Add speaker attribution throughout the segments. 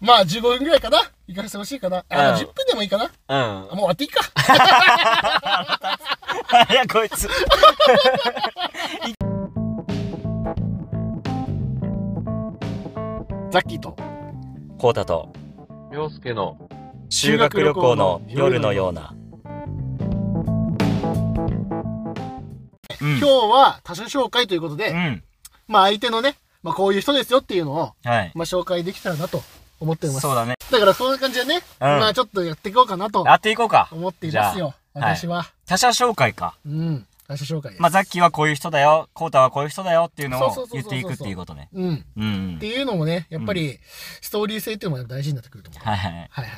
Speaker 1: まあ、15分ぐらいかな行かせてほしいかな。あ、
Speaker 2: うん
Speaker 1: 10分でもいいかな
Speaker 2: うん
Speaker 1: あ。もう終わっていいか。
Speaker 2: いや、こいつ。
Speaker 1: ザッキーと。
Speaker 2: こうたと、
Speaker 3: 洋介の
Speaker 2: 修学旅行の夜のような。うん
Speaker 1: 今日は多種紹介ということで、
Speaker 2: うん。
Speaker 1: まあ相手のね、まあこういう人ですよっていうのを、
Speaker 2: はい。
Speaker 1: まあ紹介できたらなと思っています。
Speaker 2: そうだね。
Speaker 1: だからそういう感じでね、まあちょっとやっていこうかなと
Speaker 2: やっていこうか。
Speaker 1: 思っていますよ。
Speaker 2: じゃあ
Speaker 1: 私は、
Speaker 2: 他者紹介か。
Speaker 1: うん。多種紹介です。
Speaker 2: まあ、ザッキーはこういう人だよ、コータはこういう人だよっていうの
Speaker 1: そう
Speaker 2: を
Speaker 1: そうそう
Speaker 2: 言っ
Speaker 1: そうそう
Speaker 2: ていくっていうことね。
Speaker 1: うん。
Speaker 2: うんうん
Speaker 1: っ。ていうのもね、やっぱり、ストーリー性っていうのも大事になってくると思う。
Speaker 2: はいはい。
Speaker 1: はいはいはい。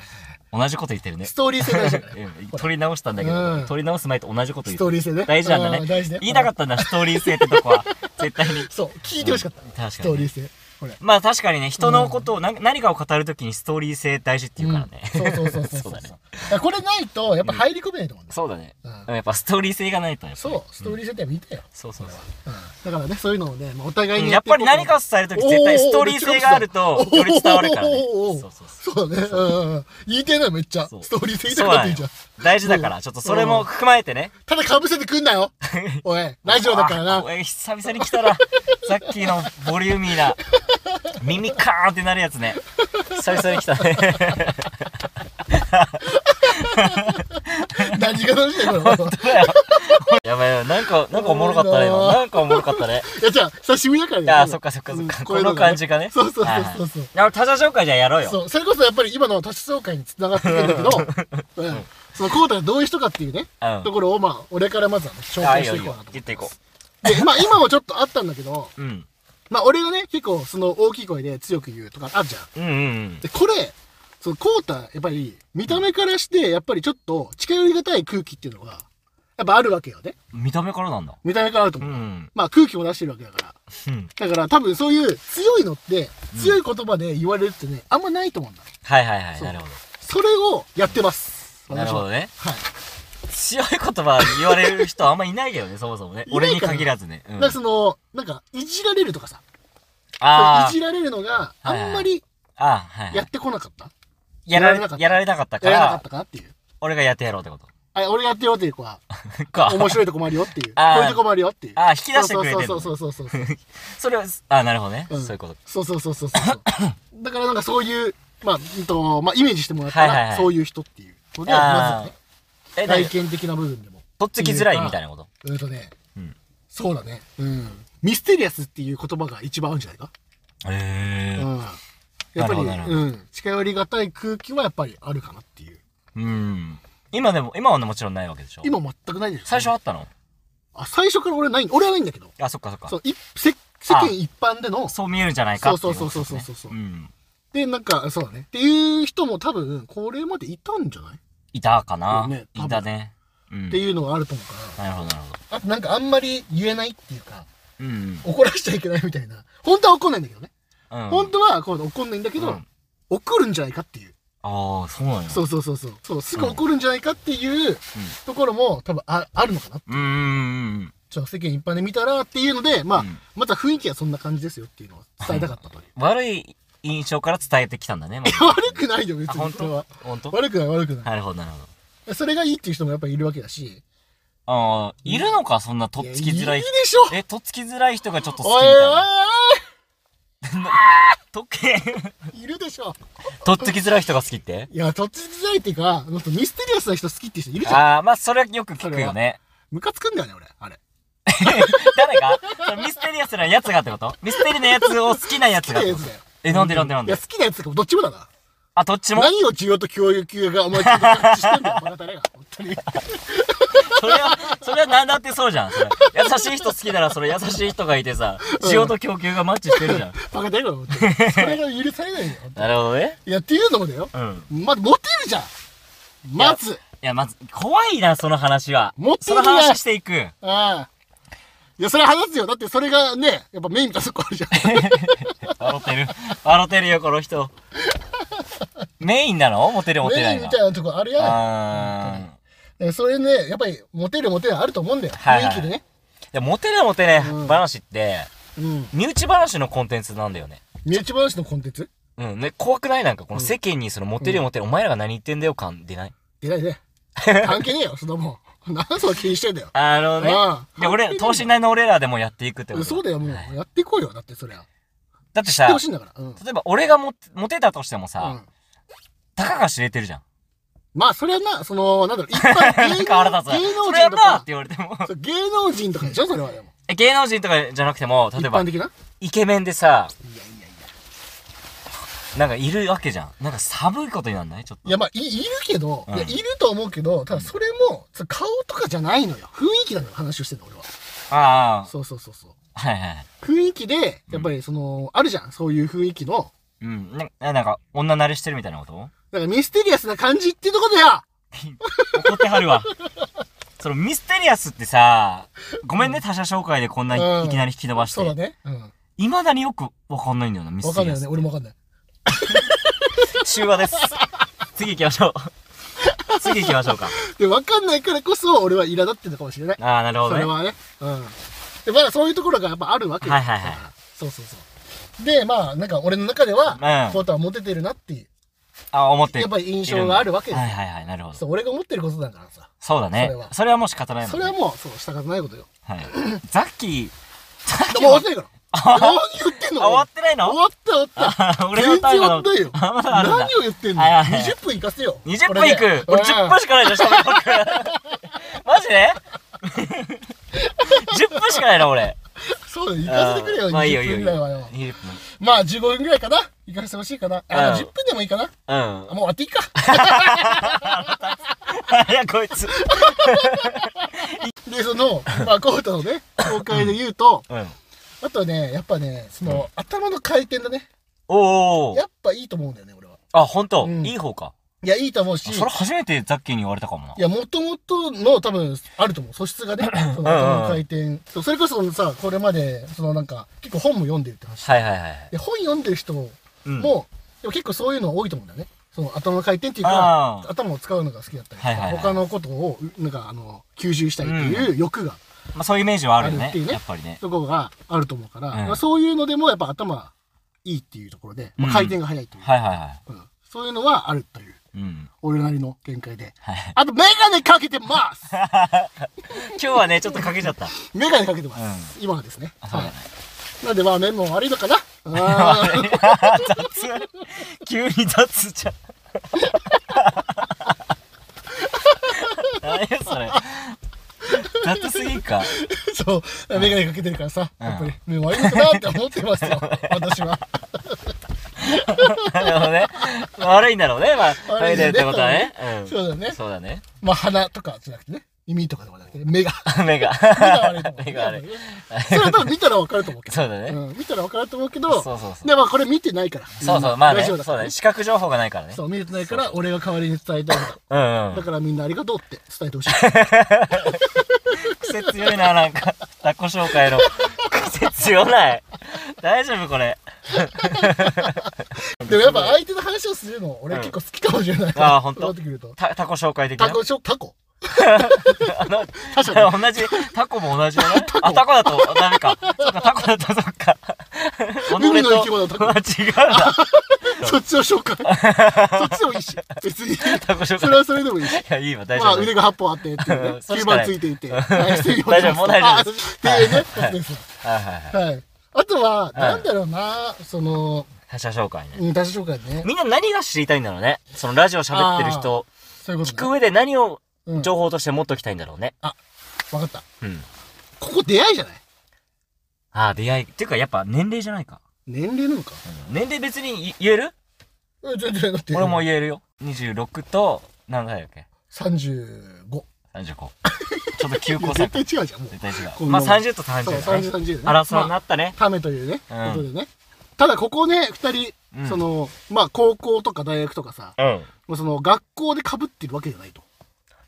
Speaker 2: 同じこと言ってるね
Speaker 1: ス。トーリー性大事だか ら。
Speaker 2: うん取り直したんだけ
Speaker 1: うん
Speaker 2: ど、取り直す前と同じこと
Speaker 1: ス
Speaker 2: 言
Speaker 1: トー
Speaker 2: って
Speaker 1: リー性ね。
Speaker 2: 大事なんだね
Speaker 1: うん大事ね。
Speaker 2: 言いたか
Speaker 1: っ
Speaker 2: ったんだ、ストーリー性ってとこは。絶対に
Speaker 1: た。。そう、聞いてほしかった。
Speaker 2: 確かに。
Speaker 1: ストーリー性。これ。
Speaker 2: まあ確かにね、人のことを、な何かを語るときにストーリー性大事っていうからね。
Speaker 1: うんそうそうそうそう。
Speaker 2: そうだね。
Speaker 1: からこれないと、やっぱ入り込めないと思うんだよ
Speaker 2: そうだね。
Speaker 1: うん
Speaker 2: やっぱストーリー性がないとね。やっぱり
Speaker 1: そう、ストーリー性って見てよ。
Speaker 2: そうそうそう。
Speaker 1: うんだからね、そういうのをね、まあお互い
Speaker 2: うん
Speaker 1: に
Speaker 2: やっ
Speaker 1: ってい
Speaker 2: ぱ
Speaker 1: こ
Speaker 2: り
Speaker 1: うかな
Speaker 2: 何かを伝えるとき絶対ストーリー性があるとより伝わるからね
Speaker 1: おーおーおーおーおーおーお。ー
Speaker 2: そうそうそう。
Speaker 1: そうだね。うんうん。言いてえな、めっちゃ。
Speaker 2: そう
Speaker 1: ストーリー性言いた
Speaker 2: そ
Speaker 1: く
Speaker 2: う
Speaker 1: なっ
Speaker 2: な
Speaker 1: てん
Speaker 2: ん
Speaker 1: じ
Speaker 2: よ
Speaker 1: ゃん。
Speaker 2: 大事だから、ちょっとそれも踏まえてね。
Speaker 1: ただ被せてくんな よ。おい、ラジオだから
Speaker 2: あ
Speaker 1: な。
Speaker 2: おい久々に来たら、さっきのボリューミーな、耳カーンってなるやつね。久々に来たね。
Speaker 1: 何が楽しいんだよ、 これ。
Speaker 2: やばいやばい、なんか、なんかおもろかったね、今。なんかおもろかったね。
Speaker 1: いや、じゃあ、久しぶりだからね。
Speaker 2: あーそっかそっかそっか
Speaker 1: うん
Speaker 2: この感じがね
Speaker 1: そうそう
Speaker 2: はいはい
Speaker 1: そうそう。
Speaker 2: いや他者紹介じゃあやろうよ。
Speaker 1: そう、それこそやっぱり今の都市総会に繋がってくるんだ けど、うん。そのコータがどういう人かっていうね、
Speaker 2: うん
Speaker 1: ところをまあ、俺からまずはね紹介していこうかなと思
Speaker 2: 言っていこ
Speaker 1: う。で、まあ今もちょっとあったんだけど、
Speaker 2: う。うん。
Speaker 1: まあ俺がね、結構その大きい声で強く言うとかあるじゃん。
Speaker 2: うんうん
Speaker 1: で、これ、そのコータ、やっぱり見た目からして、やっぱりちょっと近寄りがたい空気っていうのが、やっぱあるわけよね。
Speaker 2: うん。見た目からなんだ。
Speaker 1: 見た目からあると
Speaker 2: う
Speaker 1: 思う。
Speaker 2: ん。
Speaker 1: まあ空気も出してるわけだから。
Speaker 2: うん
Speaker 1: だから多分そういう強いのって、強い言葉で言われるってね、あんまないと思うんだ。
Speaker 2: はいはいはい。
Speaker 1: そう
Speaker 2: なるほ
Speaker 1: それをやってます。
Speaker 2: ど。なるほどね。
Speaker 1: はい。
Speaker 2: 強い言葉言われる人あんまいないけどね、そもそも
Speaker 1: いな
Speaker 2: ね。
Speaker 1: いかな
Speaker 2: 俺に限らずね。うん
Speaker 1: だからその、なんか、いじられるとかさ、
Speaker 2: あ
Speaker 1: い
Speaker 2: ー
Speaker 1: じられるのがあんまり
Speaker 2: あー、はいは
Speaker 1: や
Speaker 2: い
Speaker 1: っ。てこなかった、
Speaker 2: や
Speaker 1: やら
Speaker 2: ら
Speaker 1: れなかっ
Speaker 2: れ
Speaker 1: た
Speaker 2: やられなかったか
Speaker 1: やらなかっ
Speaker 2: ら、
Speaker 1: たかっていう。
Speaker 2: 俺がやってやろうってこと。
Speaker 1: あ、俺やってよっていう子は、
Speaker 2: か。
Speaker 1: 面白いとこもあるよっていう。こ
Speaker 2: あー
Speaker 1: ういうとこもあるよっていう。
Speaker 2: あー引き出してくれてるの
Speaker 1: そうそうそうそうそうそう。
Speaker 2: それを、あーなるほどね。
Speaker 1: う
Speaker 2: そ
Speaker 1: ん
Speaker 2: ういうこと。
Speaker 1: そうそうそうそうそう。だからなんかそういう、まあ、うんと、まあ、イメージしてもらったら、
Speaker 2: はいはいはい
Speaker 1: そういう人っていう。これはま
Speaker 2: あ
Speaker 1: ずね、
Speaker 2: ーえ、な
Speaker 1: 体
Speaker 2: に
Speaker 1: 験的な部分でも。
Speaker 2: とっつきづらいみたいなこと。
Speaker 1: うんとね、
Speaker 2: うん
Speaker 1: そうだね。うん。ミステリアスっていう言葉が一番合うんじゃないか、
Speaker 2: へ
Speaker 1: う
Speaker 2: え。
Speaker 1: ん。やっぱり、
Speaker 2: なるほどなるほど
Speaker 1: うん。近寄りがたい空気はやっぱりあるかなっていう。
Speaker 2: うん。今でも、今はもちろんないわけでしょ。
Speaker 1: 今全くないでしょ
Speaker 2: 最初あったの
Speaker 1: あ、最初から俺ない、俺はないんだけど。
Speaker 2: あ、そっかそっか
Speaker 1: そ。う、い世世間一般での、
Speaker 2: そう見えるんじゃないかってい
Speaker 1: そうそうそうそうそうそう
Speaker 2: うことですね。うん。
Speaker 1: で、なんか、そうだね。っていう人も多分、これまでいたんじゃない、
Speaker 2: いたかな、
Speaker 1: ね多分
Speaker 2: いたね。うん。
Speaker 1: っていうのがあると思うか
Speaker 2: なるほど、なるほど。
Speaker 1: ら。あとなんかあんまり言えないっていうか、
Speaker 2: うん。
Speaker 1: 怒らしちゃいけないみたいな。本当は怒んないんだけどね。
Speaker 2: うん、
Speaker 1: 本当はこう怒んないんだけど、
Speaker 2: うん
Speaker 1: 怒るんじゃないかっていう。
Speaker 2: ああ、そうなんや。
Speaker 1: そうそうそうそう。そう、すぐ怒るんじゃないかっていうところも多分ああるのかな。
Speaker 2: うーん。
Speaker 1: ちょっと世間一般で見たらっていうので、まあ、
Speaker 2: うん
Speaker 1: また雰囲気はそんな感じですよっていうのを伝えたかった という。
Speaker 2: 悪い印象から伝えてきたんだね、もう
Speaker 1: 悪くないよ、別
Speaker 2: あ、
Speaker 1: に
Speaker 2: 本
Speaker 1: それは
Speaker 2: 当。本当
Speaker 1: 悪くない悪くな
Speaker 2: なるほど、なるほど。
Speaker 1: い。それがいいっていう人もやっぱりいるわけだし。
Speaker 2: ああ、いるのか、そんなとっつきづらい
Speaker 1: やる。でしょ
Speaker 2: え、とっつきづらい人がちょっと好き
Speaker 1: お
Speaker 2: み
Speaker 1: い
Speaker 2: た
Speaker 1: おい
Speaker 2: いな。とっけ
Speaker 1: おいいるでしょ
Speaker 2: とっつきづらい人が好きって
Speaker 1: いや、とっつきづらいっていうか、もっとミステリアスな人好きっていう人いるじゃん。
Speaker 2: ああ、まあ、それはよく聞くよね。
Speaker 1: ムカつくんだよね、俺。あれ。
Speaker 2: 誰がそれミステリアスなやつがってことミステリなやつを好きなやつ
Speaker 1: 好き
Speaker 2: が
Speaker 1: な
Speaker 2: って
Speaker 1: や
Speaker 2: こ
Speaker 1: つ
Speaker 2: と。
Speaker 1: だよ。
Speaker 2: え、なんでなんでなん
Speaker 1: いや、
Speaker 2: で
Speaker 1: 好きなやつとかどっちもだな。
Speaker 2: あ、どっちも
Speaker 1: 何を需要と供給がお前ちょっと合致してんだよ、バカ誰が。本当に。
Speaker 2: それは、それはなんだってそうじゃん。それ優しい人好きならそれ優しい人がいてさ、需要と供給がマッチしてるじゃん。
Speaker 1: バカ誰が、本当に。それが許され ないよ。本当に
Speaker 2: なるほどね。
Speaker 1: いや、っていうのもだよ。
Speaker 2: うん。
Speaker 1: ま、モテるじゃん。まず。
Speaker 2: いや、まず、怖いな、その話は。
Speaker 1: 持って
Speaker 2: そ
Speaker 1: るな
Speaker 2: の話していく。い
Speaker 1: ああ。いや、それは話すよ。だってそれがね、やっぱメインみたいなとこあるじゃん。
Speaker 2: 笑ってる。笑ってるよ、この人。メインなのモテる モテな
Speaker 1: メイ
Speaker 2: い
Speaker 1: ン
Speaker 2: が
Speaker 1: みたいなとこあるやん。
Speaker 2: あ
Speaker 1: えそれね、やっぱり、モテるモテないあると思うんだよ。
Speaker 2: はい
Speaker 1: 雰
Speaker 2: は
Speaker 1: 囲気
Speaker 2: い
Speaker 1: でね。
Speaker 2: ーん。でもモテるモテない
Speaker 1: うん
Speaker 2: 話って、
Speaker 1: うん。
Speaker 2: 身内話のコンテンツなんだよね。
Speaker 1: 身内話のコンテンツ
Speaker 2: うん。ね、怖くないなんか、この世間にその、モテるよモテる、お前らが何言ってんだよ感出ない
Speaker 1: 出 ないね。関係ねえよ、そんなもん。何それ気にしてんだよ。
Speaker 2: あのね。
Speaker 1: ああ
Speaker 2: で、俺、等身大の俺らでもやっていくってこと。
Speaker 1: そうだよ、もう。やっていこうよ、だってそりゃ。
Speaker 2: だって
Speaker 1: やって
Speaker 2: さ
Speaker 1: ほ、しいんだから。うん。
Speaker 2: 例えば俺がモテモテたとしても
Speaker 1: う
Speaker 2: さ、
Speaker 1: ん
Speaker 2: たかが知れてるじゃん。
Speaker 1: まあ、それはな、その、 なんだろう、一般
Speaker 2: なんか腹立つわ。
Speaker 1: 芸能
Speaker 2: それや
Speaker 1: 人
Speaker 2: っ
Speaker 1: と
Speaker 2: たって
Speaker 1: か、
Speaker 2: 言われても。
Speaker 1: そう芸能人とかでしょ、それはでも。
Speaker 2: え芸能人とかじゃなくても、
Speaker 1: 一
Speaker 2: 例えば
Speaker 1: 般、的な。
Speaker 2: イケメンでさ、
Speaker 1: いやいやいや。
Speaker 2: なんかいるわけじゃん。なんか寒いことになんないちょっ
Speaker 1: い
Speaker 2: と。
Speaker 1: や、まあ、いいるけど、
Speaker 2: うん
Speaker 1: いや、いると思うけど、ただそれも、そ顔とかじゃないのよ。雰囲気なのよ、話をしてんの、俺は。
Speaker 2: あ
Speaker 1: そうそうそうそう。
Speaker 2: あ、はいはい。
Speaker 1: 雰囲気で、やっぱりその、あるじゃん、そういう雰囲気の。
Speaker 2: うん。ななんか、女慣れしてるみたいなこと
Speaker 1: だからミステリアスな感じっていうとこだよ
Speaker 2: 怒ってはるわ。そのミステリアスってさ、ごめんね、他者紹介でこんな
Speaker 1: うん
Speaker 2: いいきなり引き伸ばし
Speaker 1: そうだ
Speaker 2: て。
Speaker 1: ね。うん。
Speaker 2: いまだによくわかんないんだよな、ミ
Speaker 1: わ
Speaker 2: ス
Speaker 1: か
Speaker 2: テ
Speaker 1: んない
Speaker 2: リア
Speaker 1: よ
Speaker 2: ス
Speaker 1: ね。。俺もわかんない。
Speaker 2: 中 和です。次行きましょう。次行きましょうか。
Speaker 1: で、わかんないからこそ、俺は苛立ってるのかもしれない。
Speaker 2: ああ、なるほ
Speaker 1: そ
Speaker 2: ど
Speaker 1: れ
Speaker 2: ね。
Speaker 1: はね。うん。で、まだそういうところがやっぱあるわけよ
Speaker 2: はいはいはい
Speaker 1: だからそうそうそう。で、まあ、なんか俺の中では
Speaker 2: う、ん
Speaker 1: コータはモテてるなっていう。
Speaker 2: あ、思って
Speaker 1: やっぱり印象があるわけです
Speaker 2: はいはいはい、なるほど。
Speaker 1: そう、俺が思ってることだからさ。
Speaker 2: そうだね
Speaker 1: それ。は
Speaker 2: それはもう仕方ないもん
Speaker 1: そ
Speaker 2: ね。
Speaker 1: れはもう、そう、したない ことよ。
Speaker 2: はい。ザッキー、ザッキー
Speaker 1: もう終わ
Speaker 2: は
Speaker 1: ってないから。何言ってんの
Speaker 2: あ終わってないの
Speaker 1: 終わった終わった。
Speaker 2: あ 俺の
Speaker 1: 全然
Speaker 2: タイ
Speaker 1: 終
Speaker 2: ム
Speaker 1: わ
Speaker 2: の
Speaker 1: ったよ。
Speaker 2: あ まだあるんだ
Speaker 1: 何を言ってんの
Speaker 2: はいはいはい
Speaker 1: ?20 分いかせよ。
Speaker 2: 20分い
Speaker 1: これで
Speaker 2: く俺10分しかないじゃん、喋る マジで ?10 分しかないな、俺。
Speaker 1: そうだよ、行かせてくれよ、
Speaker 2: あーまあいいよ、
Speaker 1: 20
Speaker 2: いいよ。
Speaker 1: 分ぐらいはよ。
Speaker 2: いいよ
Speaker 1: まあ、15分ぐらいかな。行かせてほしいかな。あ
Speaker 2: うん
Speaker 1: 10分でもいいかな。
Speaker 2: うん
Speaker 1: あ。もう終わっていいか。
Speaker 2: あれこいつ。
Speaker 1: で、その、まあ、コートのね、公開で言うと、
Speaker 2: うん。
Speaker 1: あとね、やっぱね、その、頭の回転だね。
Speaker 2: おー。
Speaker 1: やっぱいいと思うんだよね、俺は。
Speaker 2: あ、ほんと。
Speaker 1: うん
Speaker 2: いい方か。
Speaker 1: いや、いいと思うし。
Speaker 2: あ、それ初めてザッキーに言われたかもない
Speaker 1: や、もともとの多分、あると思う。素質が ね、その頭の回転。そうそれこそさ、これまで、そのなんか、結構本も読んでるって話。
Speaker 2: はいはいはい。
Speaker 1: で、本読んでる人も、
Speaker 2: うん
Speaker 1: でも結構そういうの多いと思うんだよね。その頭の回転っていう
Speaker 2: あ
Speaker 1: か、
Speaker 2: ー
Speaker 1: 頭を使うのが好きだったりと
Speaker 2: はいはい
Speaker 1: か、
Speaker 2: はい
Speaker 1: 他のことを、なんかあの、吸収したいっていう欲が、
Speaker 2: まあそういうイメージはあるよ
Speaker 1: ある
Speaker 2: ね
Speaker 1: っていう。ね
Speaker 2: やっぱりね。
Speaker 1: そこがあると思うから、
Speaker 2: うん
Speaker 1: まあそういうのでもやっぱ頭いいっていうところで、まあ
Speaker 2: うん
Speaker 1: 回転が速いという、
Speaker 2: はいはいは
Speaker 1: うんそういうのはあるという、
Speaker 2: い。うん。
Speaker 1: 俺なりの見解で。
Speaker 2: はい。
Speaker 1: あと、メガネかけてます
Speaker 2: 今日はね、ちょっとかけちゃった。
Speaker 1: メガネかけてます、今はですね。
Speaker 2: あそうだ
Speaker 1: は
Speaker 2: ね
Speaker 1: い。なんでまあ目も悪いのかな あー
Speaker 2: 雑急に雑じゃん何やそれ雑すぎんか
Speaker 1: そう、メガネかけてるからさ、
Speaker 2: うん
Speaker 1: やっぱり目も悪いのかなって思ってます よ、私は。
Speaker 2: なるほどね悪いんだろうねまあ
Speaker 1: 悪
Speaker 2: 悪
Speaker 1: い
Speaker 2: い
Speaker 1: んだよね
Speaker 2: ってことはね、うん、
Speaker 1: そうだね。
Speaker 2: そうだね
Speaker 1: まあ鼻とかじゃなくてね、耳とかでもなくて、目が、
Speaker 2: 目が
Speaker 1: 目が悪いと思う。
Speaker 2: 目が悪い
Speaker 1: やっぱ りねそれは多分見たらわかると思うけ
Speaker 2: そうだ
Speaker 1: ど。
Speaker 2: ね、
Speaker 1: うん、見たらわかると思うけ
Speaker 2: そ
Speaker 1: ど
Speaker 2: う、そうそう
Speaker 1: でもこれ見てないから。
Speaker 2: そうそうまあね
Speaker 1: ラジ
Speaker 2: そ
Speaker 1: オ
Speaker 2: う
Speaker 1: だから
Speaker 2: だね視覚情報がないからね
Speaker 1: そう、見れてないから、俺が代わりに伝えたい こ
Speaker 2: うんう
Speaker 1: と。だ
Speaker 2: ん
Speaker 1: からみんなありがとうって伝えてほしい。
Speaker 2: 癖強いななんかタコ紹介の癖強ない大丈夫これ
Speaker 1: でもやっぱ相手の話をするの、俺結構好きかもしれない。
Speaker 2: ああほんと
Speaker 1: そうなってくると。
Speaker 2: タタコ紹介的な
Speaker 1: タコしょ、タコ
Speaker 2: あの
Speaker 1: 他社の
Speaker 2: 同じ、タコも同じ だね。あ、タコだとダメか。そっか、タコだとそっか。
Speaker 1: 海の生き物
Speaker 2: 己
Speaker 1: タ
Speaker 2: と
Speaker 1: コ
Speaker 2: あ違うな。
Speaker 1: そっちを紹 介。そっちでもいいし。別に。
Speaker 2: タコ紹
Speaker 1: そ
Speaker 2: 介。
Speaker 1: れはそれでもいいし。
Speaker 2: いや、いいわ、大
Speaker 1: ま
Speaker 2: 丈
Speaker 1: あ、
Speaker 2: 夫。
Speaker 1: 腕が8本あってっていうね
Speaker 2: それ
Speaker 1: 吸
Speaker 2: しかな
Speaker 1: 盤
Speaker 2: い
Speaker 1: ついていて、大丈
Speaker 2: 大丈夫もう大丈夫です
Speaker 1: っていうね、ことです。
Speaker 2: はいはいはい。
Speaker 1: はい。あとは、なんだろうな、その、
Speaker 2: 他者紹介ね。
Speaker 1: うん他者紹介ね。
Speaker 2: みんな何が知りたいんだろうね。そのラジオ喋ってる人、
Speaker 1: そういうこ
Speaker 2: 聞
Speaker 1: と
Speaker 2: く
Speaker 1: ね。
Speaker 2: 上で何を
Speaker 1: うん。
Speaker 2: 情報として持っときたいんだろうね。
Speaker 1: わかった。
Speaker 2: うん。
Speaker 1: ここ出会いじゃない
Speaker 2: ああ、出会い。っていうか、やっぱ年齢じゃないか。
Speaker 1: 年齢なのか。
Speaker 2: うん年齢別にい言える
Speaker 1: うん全然だって。
Speaker 2: 俺も言えるよ。26と、何歳だっけ
Speaker 1: 35。
Speaker 2: ?35。ち ょっと急
Speaker 1: いや
Speaker 2: 行
Speaker 1: 絶
Speaker 2: 策。
Speaker 1: 対違うじゃん、もう。
Speaker 2: 絶対違
Speaker 1: こ
Speaker 2: う。
Speaker 1: ん
Speaker 2: ま
Speaker 1: な
Speaker 2: あ
Speaker 1: もん
Speaker 2: 30と
Speaker 1: そう、
Speaker 2: 30だね
Speaker 1: 30、。30で。
Speaker 2: 争いに
Speaker 1: まあ
Speaker 2: なったね。
Speaker 1: ためというね、
Speaker 2: うん
Speaker 1: ことでね。ただ、ここね、二人
Speaker 2: う、ん
Speaker 1: その、まあ、高校とか大学とかさ、
Speaker 2: うん。
Speaker 1: まあその、学校で被ってるわけじゃないと。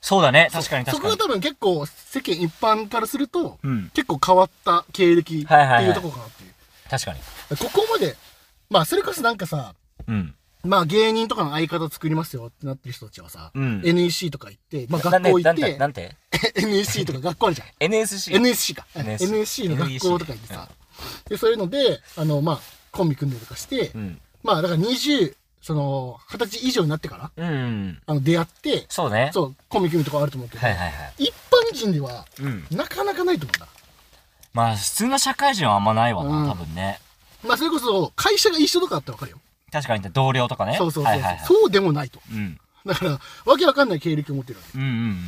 Speaker 2: そうだね。確かに
Speaker 1: そこ
Speaker 2: 確か
Speaker 1: が
Speaker 2: に。
Speaker 1: 多分結構世間一般からすると、
Speaker 2: うん。
Speaker 1: 結構変わった経歴って
Speaker 2: はいはい
Speaker 1: い
Speaker 2: は
Speaker 1: う
Speaker 2: い
Speaker 1: とこかなっていう。
Speaker 2: 確かに。
Speaker 1: ここまで、まあそれこそなんかさ、
Speaker 2: うん。
Speaker 1: まあ芸人とかの相方作りますよってなってる人たちはさ、
Speaker 2: うん
Speaker 1: NEC とか行って、まあ
Speaker 2: なん
Speaker 1: 学
Speaker 2: で
Speaker 1: 校行
Speaker 2: な
Speaker 1: っ
Speaker 2: んて、
Speaker 1: て
Speaker 2: な、んて
Speaker 1: NEC とか学校あるじゃん。
Speaker 2: ?NSC。
Speaker 1: NSC か。
Speaker 2: NSC
Speaker 1: NSC の学校とか行ってさ、でそういうので、あの、まあコンビ組んでとかして
Speaker 2: う、ん。
Speaker 1: まあだから20、その、20歳以上になってから、
Speaker 2: うん。
Speaker 1: あの、出会って、
Speaker 2: そうね。
Speaker 1: そう、コミュニケーションとかあると思うけど、
Speaker 2: はいはいはい。
Speaker 1: 一般人では、
Speaker 2: うん。
Speaker 1: なかなかないと思うんだ。
Speaker 2: まあ、普通の社会人はあんまないわ
Speaker 1: うん
Speaker 2: な、多分ね。
Speaker 1: まあそれこそ、会社が一緒とかだったらわかるよ。
Speaker 2: 確かにね同僚とかね。
Speaker 1: そうそうそうそう、
Speaker 2: はいはいはい。
Speaker 1: そうでもないと。
Speaker 2: うん。
Speaker 1: だから、わけわかんない経歴を持ってるわけ。
Speaker 2: うんうん